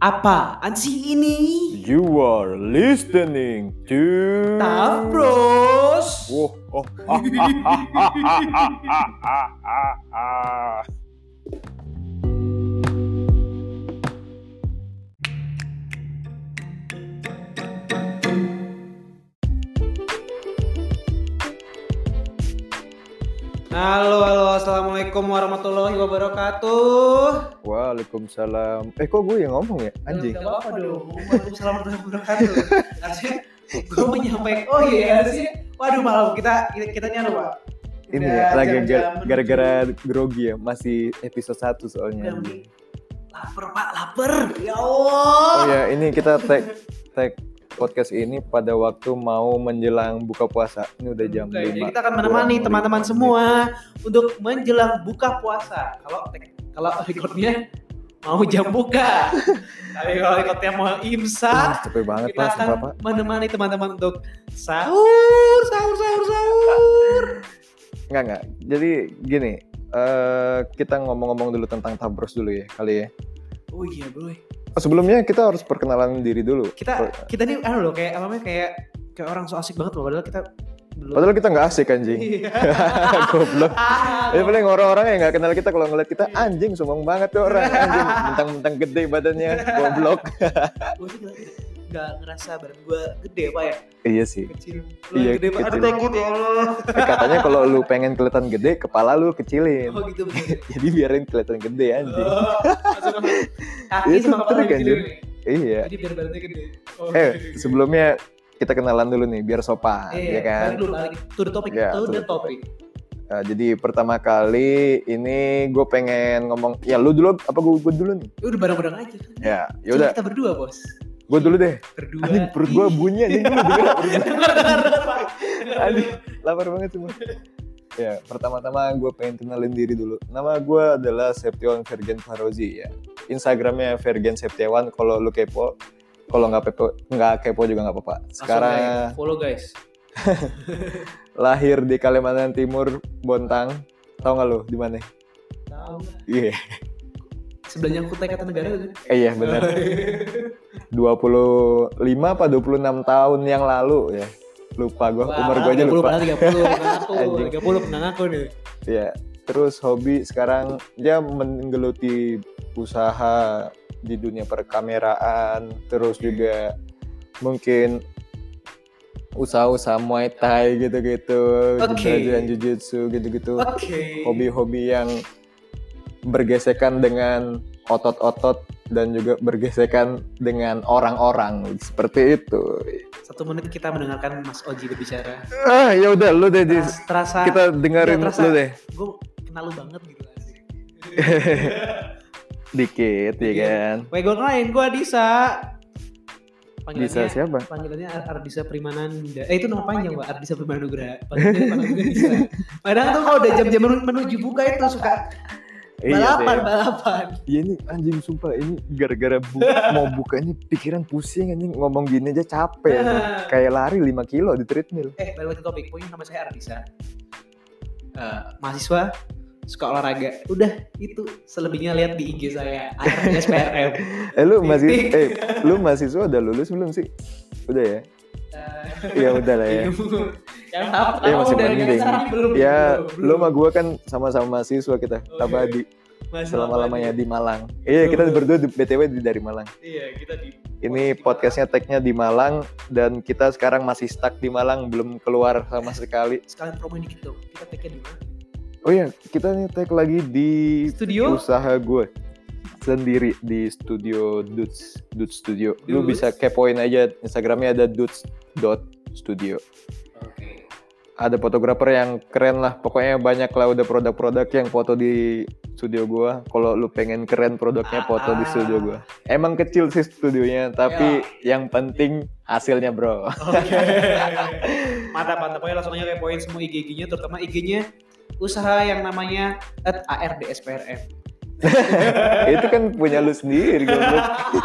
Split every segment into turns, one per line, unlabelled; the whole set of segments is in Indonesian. Apaan sih ini?
You are listening to
Tough Bros.
Wow, oh, ah, ah, ah, ah.
Halo, halo, assalamualaikum warahmatullahi wabarakatuh.
Waalaikumsalam. Eh kok gue yang ngomong ya? Anjing.
Gak apa-apa dong. Waalaikumsalam warahmatullahi wabarakatuh. Harusnya gue menyampaikan. Oh iya, harusnya. Waduh malam kita kita, kita ini anu pak.
Ini
Udah
ya, lagi
jam-jam
gara- gara-gara grogi ya, masih episode 1 soalnya.
Udah, Mi. Laper pak, laper. Ya Allah.
Oh ya, ini kita tag tag podcast ini pada waktu mau menjelang buka puasa. Ini udah jam
Oke, jadi
5.
kita akan menemani teman-teman semua untuk menjelang buka puasa. Kalau kalau recordnya mau jam buka, tapi kalau recordnya mau imsak,
capek banget
kita
lah,
akan
sumpah, Pak.
menemani teman-teman untuk sahur, sahur, sahur, sahur.
Enggak, enggak. Jadi gini, eh kita ngomong-ngomong dulu tentang tabros dulu ya kali ya.
Oh iya bro,
Oh, Sebelumnya kita harus perkenalan diri dulu.
kita kita nih anu loh kayak apa namanya kayak kayak orang so asik banget loh padahal kita belum.
Padahal kita nggak asik anjing.
Iya.
Goblok.
Ah,
Ya paling orang-orang yang nggak kenal kita kalau ngeliat kita
Iya.
anjing sombong banget tuh orang anjing mentang-mentang gede badannya
Iya.
goblok.
Gue sih nggak- nggak ngerasa badan gue gede pak ya
iya sih.
kecil. Lu
Iya,
gede pak. Aduh
kecil.
takut ya Allah.
Eh, katanya kalau lu pengen kelihatan gede, kepala lu kecilin.
Oh gitu bener.
Jadi biarin kelihatan gede anjing.
Oh, masuk, masuk. Kaki
Itu
sama kepala
trik,
di sini.
anjir. Iya.
Jadi biar badannya gede. Oke.
Eh, sebelumnya kita kenalan dulu nih biar sopan,
Iya,
ya kan?
balik dulu balik. To the topic,
Iya,
to
to the
the topic.
Nah, jadi pertama kali ini gue pengen ngomong, ya lu dulu apa gue gue dulu nih?
Udah bareng-bareng aja kan.
Ya,
Cuma
yaudah,
Kita berdua, Bos.
gue dulu deh.
Berdua.
Anjing perut gue bunyi anjing lu denger nggak perut gua?
Dengar, dengar, dengar, Pak.
Aduh, lapar banget semua. Ya, pertama-tama gue pengen kenalin diri dulu. Nama gue adalah Septiawan Vergen Farozi ya. Instagramnya Vergen Septiawan kalau lu kepo. Kalau nggak kepo, nggak kepo juga nggak apa-apa.
Langsung
Sekarang
aja, follow guys.
lahir di Kalimantan Timur, Bontang. Tahu nggak lu di mana?
Tahu.
Iya,
Sebelahnya Kutai Kartanegara kan.
Eh, iya benar. 25 apa 26 tahun yang lalu ya. Lupa gue, umur gue aja lupa.
30, 30,
Anjing.
30, 30 pernah ngaku nih.
Ya, terus hobi sekarang dia menggeluti usaha di dunia perkameraan, terus
Hmm.
juga mungkin usaha-usaha Muay Thai gitu-gitu,
Oke.
jalan jujutsu gitu-gitu.
Oke.
Hobi-hobi yang bergesekan dengan otot-otot dan juga bergesekan dengan orang-orang seperti itu.
Satu menit kita mendengarkan Mas Oji berbicara.
Ah, ya udah lu deh Dis.
Teras- Terasa
kita dengerin
Iya, terasa.
lu deh
gue kenal lu banget gitu asik.
dikit ya
Iya.
kan.
Weh gue kenalin, gue Adisa.
Bisa siapa?
Panggilannya Ar- Ardisa Primananda. Eh itu nama panjang pak, Ardisa Primananda. Panggilannya panggilannya Adisa. Padahal tuh kalau udah jam-jam menu- menuju buka itu suka balapan,
Iya,
balapan.
Iya ini anjing sumpah ini gara-gara bu- mau bukanya pikiran pusing anjing ngomong gini aja capek. anjing. Kayak lari 5 kilo di treadmill.
eh balik lagi ke topik, pokoknya nama saya Ardisa. Eh, mahasiswa suka olahraga. Udah itu selebihnya lihat di IG saya ARSPRM.
Eh lu masih
Titik.
eh lu mahasiswa udah lulus belum sih? Udah ya? Iya udah lah ya.
Yang tahap
Iya, masih
udah, yang
mending.
sekarang belum.
Ya
belum,
lu
belum.
sama gua kan sama-sama mahasiswa kita
Oke.
Tabadi
Masih
selama-lamanya di Malang. Iya kita
Betul.
berdua di- BTW di- dari Malang.
Iya, kita di
Ini podcastnya tagnya di Malang dan kita sekarang masih stuck di Malang belum keluar sama sekali.
sekalian promo dikit dong. Kita take-nya di mana?
Oh iya kita nih tag lagi di
Studio?
usaha gue sendiri di studio Dudes Dudes Studio. Lu
Dudes?
bisa kepoin aja Instagramnya ada dudes dot studio.
Oke.
Ada fotografer yang keren lah. Pokoknya banyak lah udah produk-produk yang foto di studio gua. Kalau lu pengen keren produknya foto di studio gua.
Ah.
Emang kecil sih studionya, tapi
Iya.
yang penting hasilnya bro.
Oke. mantap, mantap. Pokoknya langsung aja kepoin semua IG-nya terutama IG-nya usaha yang namanya at ARDSPRM.
Itu kan punya lu sendiri. goblok.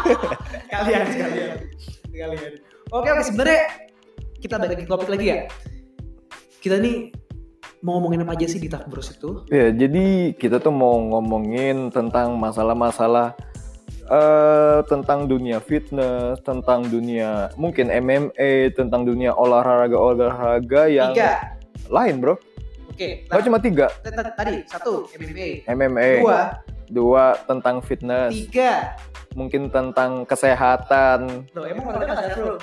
kalian kalian kalian oke oke sebenarnya kita balik ke topik lagi ya kita nih mau ngomongin apa aja sih di Talk Bros itu
Ya, jadi kita tuh mau ngomongin tentang masalah-masalah eh, tentang dunia fitness, tentang dunia mungkin MMA, tentang dunia olahraga-olahraga yang
Tiga.
lain, Bro.
Oke.
Iya. Oh,
Nah,
cuma Eh. tiga.
t- t- tadi satu MMA.
MMA, dua,
Dua,
tentang fitness,
tiga.
mungkin tentang kesehatan,
Loh, emang olahraga nggak sehat, bro?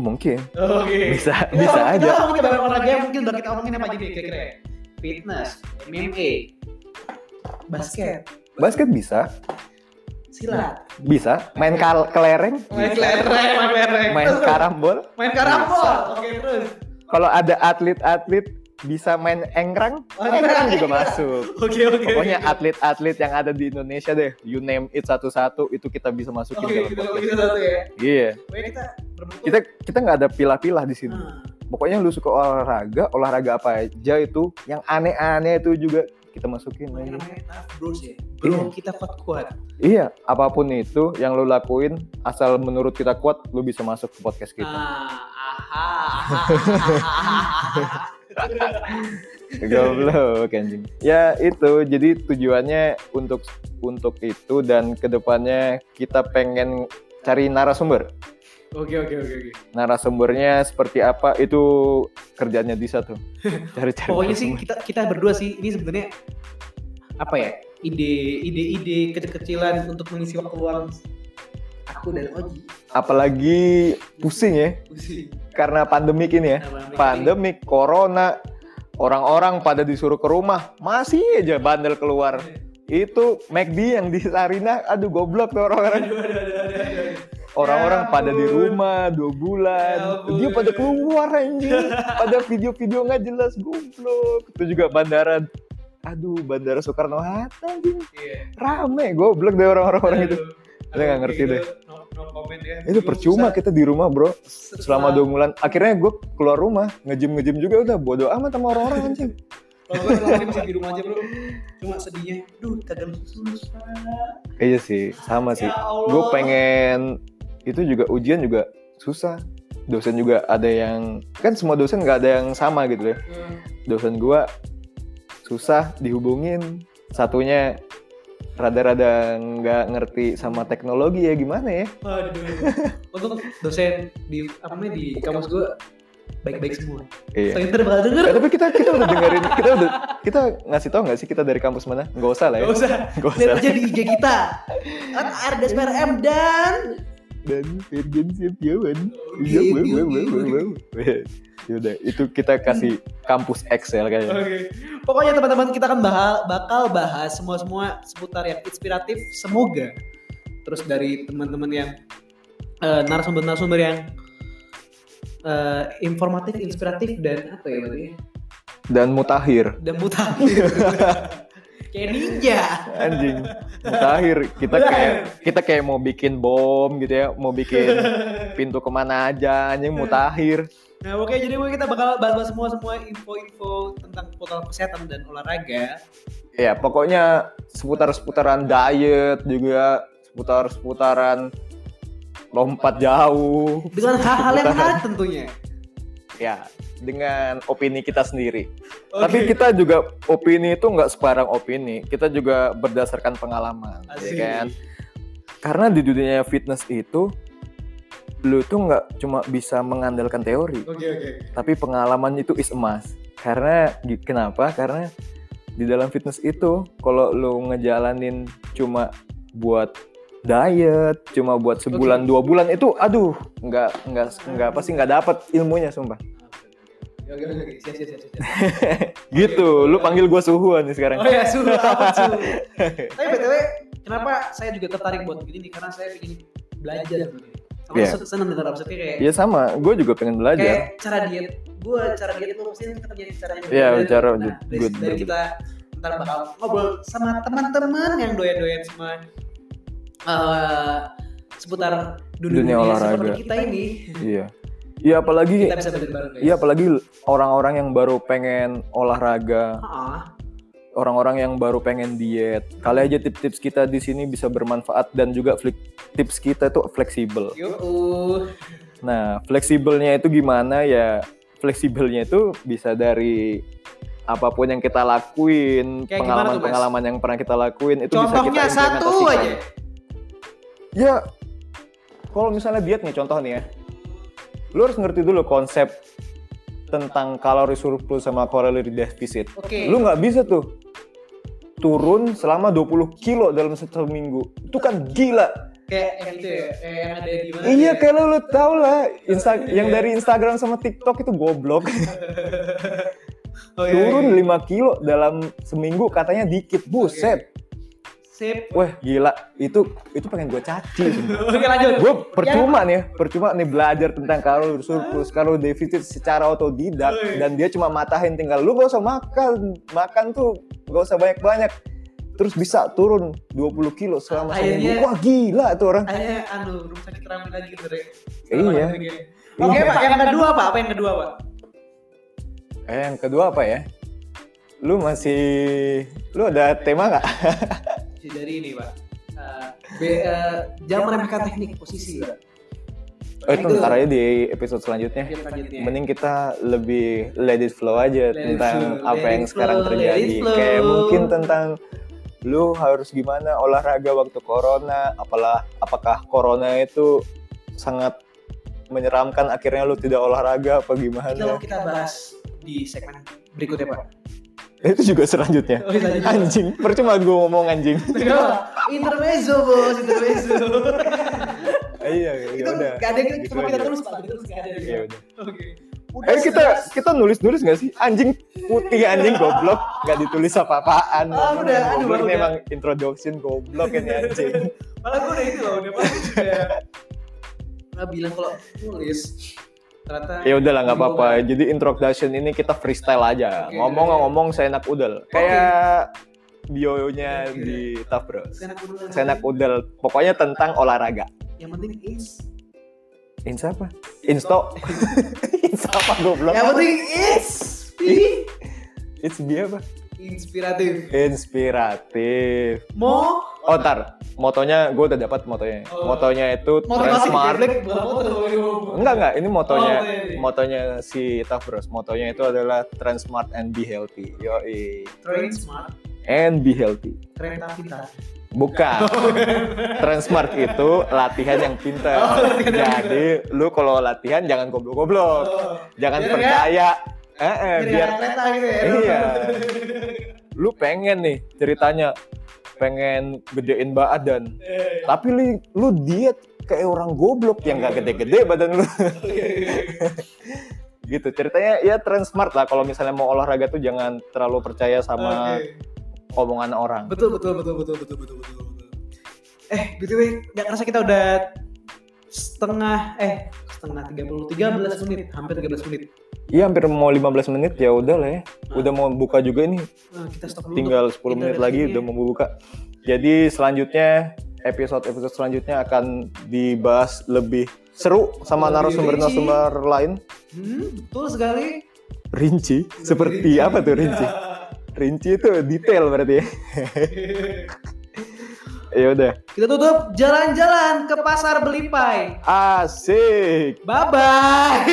mungkin
Oke.
bisa
Kita-
bisa
Iya, kita
aja.
ngomongin banyak olahraga yang mungkin udah kita omongin apa aja nih kira-kira ya? Fitness, MMA, basket,
Basket bisa,
silat,
bisa. Main kal kelereng,
main
bisa.
kelereng, main kelereng,
main
Terus, bro?
karambol.
main karambol. Oke terus.
Kalau ada atlet-atlet bisa main engkrang,
Oh, engkrang.
engkrang juga masuk.
Oke oke.
Pokoknya atlet-atlet yang ada di Indonesia deh, you name it satu-satu itu kita bisa masukin
Oke,
dalam
kita
podcast.
kita satu ya.
Iya.
Pokoknya kita berbentuk.
gitu. Kita gitu. kita nggak ada pilah-pilah di sini.
Hmm.
Pokoknya lu suka olahraga, olahraga apa aja itu, yang aneh-aneh itu juga kita masukin.
Namanya
aja.
tough bros ya. Bro kita kuat kuat.
Iya, apapun itu yang lu lakuin asal menurut kita kuat, lu bisa masuk ke podcast kita.
Ah, aha, aha, aha, aha, aha.
Goblok anjing. Ya itu, jadi tujuannya untuk untuk itu dan kedepannya kita pengen cari narasumber.
Oke oke oke oke.
narasumbernya seperti apa itu kerjanya Disa tuh cari-cari
Pokoknya sih
narasumber.
kita kita berdua sih ini sebenarnya apa ya? Ide ide ide kecil-kecilan untuk mengisi waktu luang aku dan Oji.
apalagi pusing ya
Pusing.
karena pandemik ini ya pandemik corona orang-orang pada disuruh ke rumah masih aja bandel keluar itu McD yang di Sarina aduh goblok tuh orang-orang
Aduh, aduh, aduh, aduh, aduh.
orang-orang
Ya
pada di
ampun.
rumah dua bulan
Ya ampun.
dia pada keluar anjing pada video-video nggak jelas goblok itu juga bandara aduh bandara Soekarno Hatta anjing
Iya.
rame goblok deh orang-orang orang itu Saya nggak
Aduh,
ngerti
kayak
deh.
gitu, No, no comment ya.
itu percuma
Susah.
kita di rumah bro selama
Setelah-
dua bulan akhirnya gue keluar rumah ngejim ngejim juga udah bodo amat sama orang-orang anjing
Kalau gue selama ini masih di rumah aja bro. Cuma sedihnya, duh kagak lulus
iya sih sama
Ya
sih gue pengen itu juga ujian juga susah dosen juga ada yang kan semua dosen nggak ada yang sama gitu ya dosen gue susah dihubungin satunya rada-rada nggak ngerti sama teknologi ya gimana ya
Aduh. Untung dosen di apa namanya di kampus gue baik-baik semua.
iya
Saya ntar bakal denger.
Ya, tapi kita kita udah dengerin kita udah kita ngasih tau nggak sih kita dari kampus mana nggak usah lah ya
Gak usah.
nggak usah
Lihat aja di IG kita. Kan Ardes PRM dan
dan Virgin Setiawan
Oke,
Iya,
oke,
wow, wow,
oke,
wow, wow, wow. Ya udah itu kita kasih kampus XL kayaknya
Oke. Pokoknya teman-teman kita akan bahal- bakal bahas semua-semua seputar yang inspiratif semoga. Terus dari teman-teman yang eh, narasumber-narasumber yang eh, informatif, inspiratif dan apa ya berarti? ya?
dan Mutahir
Dan mutakhir. Kayak ninja.
anjing Mutahir kita
Iya.
kayak kita kayak mau bikin bom gitu ya mau bikin pintu kemana aja anjing Mutahir
Nah, oke jadi kita bakal bahas semua-semua info-info tentang portal kesehatan dan olahraga.
ya pokoknya seputar-seputaran diet juga seputar-seputaran lompat jauh
dengan hal-hal yang menarik tentunya.
ya dengan opini kita sendiri.
Oke.
Tapi kita juga opini itu nggak sebarang opini, kita juga berdasarkan pengalaman, ya
Asik.
kan? Karena di dunia fitness itu lu tuh nggak cuma bisa mengandalkan teori,
Oke oke.
tapi pengalaman itu is emas. Karena gi- kenapa? Karena di dalam fitness itu kalau lu ngejalanin cuma buat diet, cuma buat sebulan dua bulan itu, aduh, nggak nggak nggak apa sih nggak dapat ilmunya sumpah.
Oke oke oke. Siap siap siap. siap.
Gitu, lu panggil gua suhuan nih sekarang.
Oh ya suhu apa suhu. Tapi btw, kenapa saya juga tertarik buat begini nih? Karena saya ingin belajar begini. Aku
Iya.
sen- seneng dengar maksudnya kayak
Iya sama, gue juga pengen
kayak
belajar.
cara diet. Gue cara diet tuh pasti kita punya cara yang
Iya,
berbeda.
cara-
Nah, dari,
good,
dari
good.
kita ntar bakal ngobrol sama teman-teman yang doyan-doyan semua eh, seputar dunia,
Dunia olahraga.
seperti kita ini
Iya. Iya apalagi
kita bisa belajar bareng guys.
iya apalagi orang-orang yang baru pengen olahraga,
Ah.
orang-orang yang baru pengen diet. Kali aja tips-tips kita di sini bisa bermanfaat dan juga flik- tips kita tuh fleksibel.
Yo,
Nah, fleksibelnya itu gimana ya? Fleksibelnya itu bisa dari apapun yang kita lakuin,
Kayak gimana tuh, Mas?
pengalaman-pengalaman yang pernah kita lakuin itu bisa kita
contohnya satu
implementasikan.
aja.
ya kalau misalnya diet nih contoh nih ya lu harus ngerti dulu konsep tentang kalori surplus sama kalori defisit
Oke.
lu nggak bisa tuh turun selama 20 kilo dalam satu minggu itu kan gila
kayak yang itu ya kayak yang ada di mana
iya
ya?
kayak lu, lu tau lah Insta- yang dari Instagram sama TikTok itu goblok
Oh, iya,
turun
iya.
5 kilo dalam seminggu katanya dikit
Oh,
buset
iya, sip
wah gila itu itu pengen gue caci sumpah.
oke lanjut
gue percuma nih percuma nih belajar tentang kalori surplus kalori defisit secara otodidak
Woi.
dan dia cuma matahin tinggal lu gak usah makan makan tuh gak usah banyak banyak terus bisa turun 20 kilo selama satu
Akhirnya-
minggu wah gila tuh orang
hanya anu rumah sakit ramai lagi gitu deh
Iya.
oke
Iya.
pak yang kedua pak apa yang kedua pak
eh, yang kedua apa ya lu masih lu ada tema nggak
dari ini pak Eh, be- eh, jam meremehkan teknik posisi pak
oh, itu ntar aja di episode selanjutnya
Yang selanjutnya.
Mending kita lebih let it flow
Iya.
aja
Let it
tentang
flow,
apa
let
yang
it
sekarang
flow, let
terjadi.
it flow.
Kayak mungkin tentang lu harus gimana olahraga waktu corona, apalah apakah corona itu sangat menyeramkan akhirnya lu tidak olahraga apa
itu
gimana.
kita bahas di segmen berikutnya pak Iya.
Itu juga selanjutnya.
Oh, selanjutnya.
Anjing, percuma gue ngomong anjing.
Iya. intermezzo bos intermezzo
iya, ya
itu
udah.
gak ada yang
Ya Gitu
sama kita
aja.
terus pak kita terus gak ada
Iya, udah.
oke Udah,
Eh kita kita nulis-nulis gak sih? Anjing putih anjing goblok gak ditulis apa-apaan.
Ah, udah, aduh,
Goblok, ini
udah.
emang introduction goblok ini anjing.
malah gue udah itu loh udah malah gue juga nggak bilang kalau nulis ternyata
ya udah lah nggak apa-apa. Jadi introduction ini kita freestyle aja.
Oke.
Ngomong-ngomong seenak udel. Kayak bionya
Oke.
di Tafro.
senak udel
Seenak udel. Pokoknya tentang olahraga.
yang penting is
Insta apa? Insto. Insta apa goblok?
yang penting is Ih,
It's dia apa?
inspiratif
Inspiratif.
mau
Oh tar, motonya gue udah dapat motonya.
Oh.
Motonya itu
mau terkasih
Transmart.
black bukan motor
Enggak enggak, ini motonya
Oh, iya, iya.
motonya si Tafros. Motonya itu adalah trans smart and be healthy. Yoi.
train smart
And be healthy.
kereta pintar
Bukan. trans smart itu latihan yang pintar.
Oh,
Jadi lu kalau latihan jangan goblok-goblok.
Oh,
Jangan
Biar
percaya. Eh, eh,
jadi
biar
anak kereta gitu ya
Iya. lu pengen nih ceritanya pengen gedein badan.
Eh,
Tapi lu, lu diet kayak orang goblok yang gak gede-gede badan lu.
oke.
gitu ceritanya ya trend smart lah kalau misalnya mau olahraga tuh jangan terlalu percaya sama
Oke.
omongan orang
betul betul betul betul betul betul betul betul eh btw nggak kerasa kita udah setengah eh setengah 30 13 menit hampir 13 menit
iya hampir mau 15 menit ya udah lah ya udah mau buka juga ini
Eh, Nah. kita stop dulu
tinggal
Untuk
10 menit
introduksi
lagi
ini.
udah mau buka jadi selanjutnya episode episode selanjutnya akan dibahas lebih seru sama
Lebih
narasumber narasumber lain
hmm, betul sekali
rinci seperti apa tuh rinci rinci itu detail berarti ya ya udah
kita tutup jalan-jalan ke pasar beli pai
asik
bye bye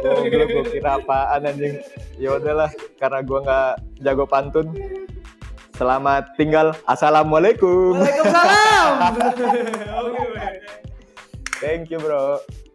Goblok gue kira apaan anjing. Ya udahlah karena gua nggak jago pantun. Selamat tinggal. Assalamualaikum.
waalaikumsalam oke Pak.
Thank you bro.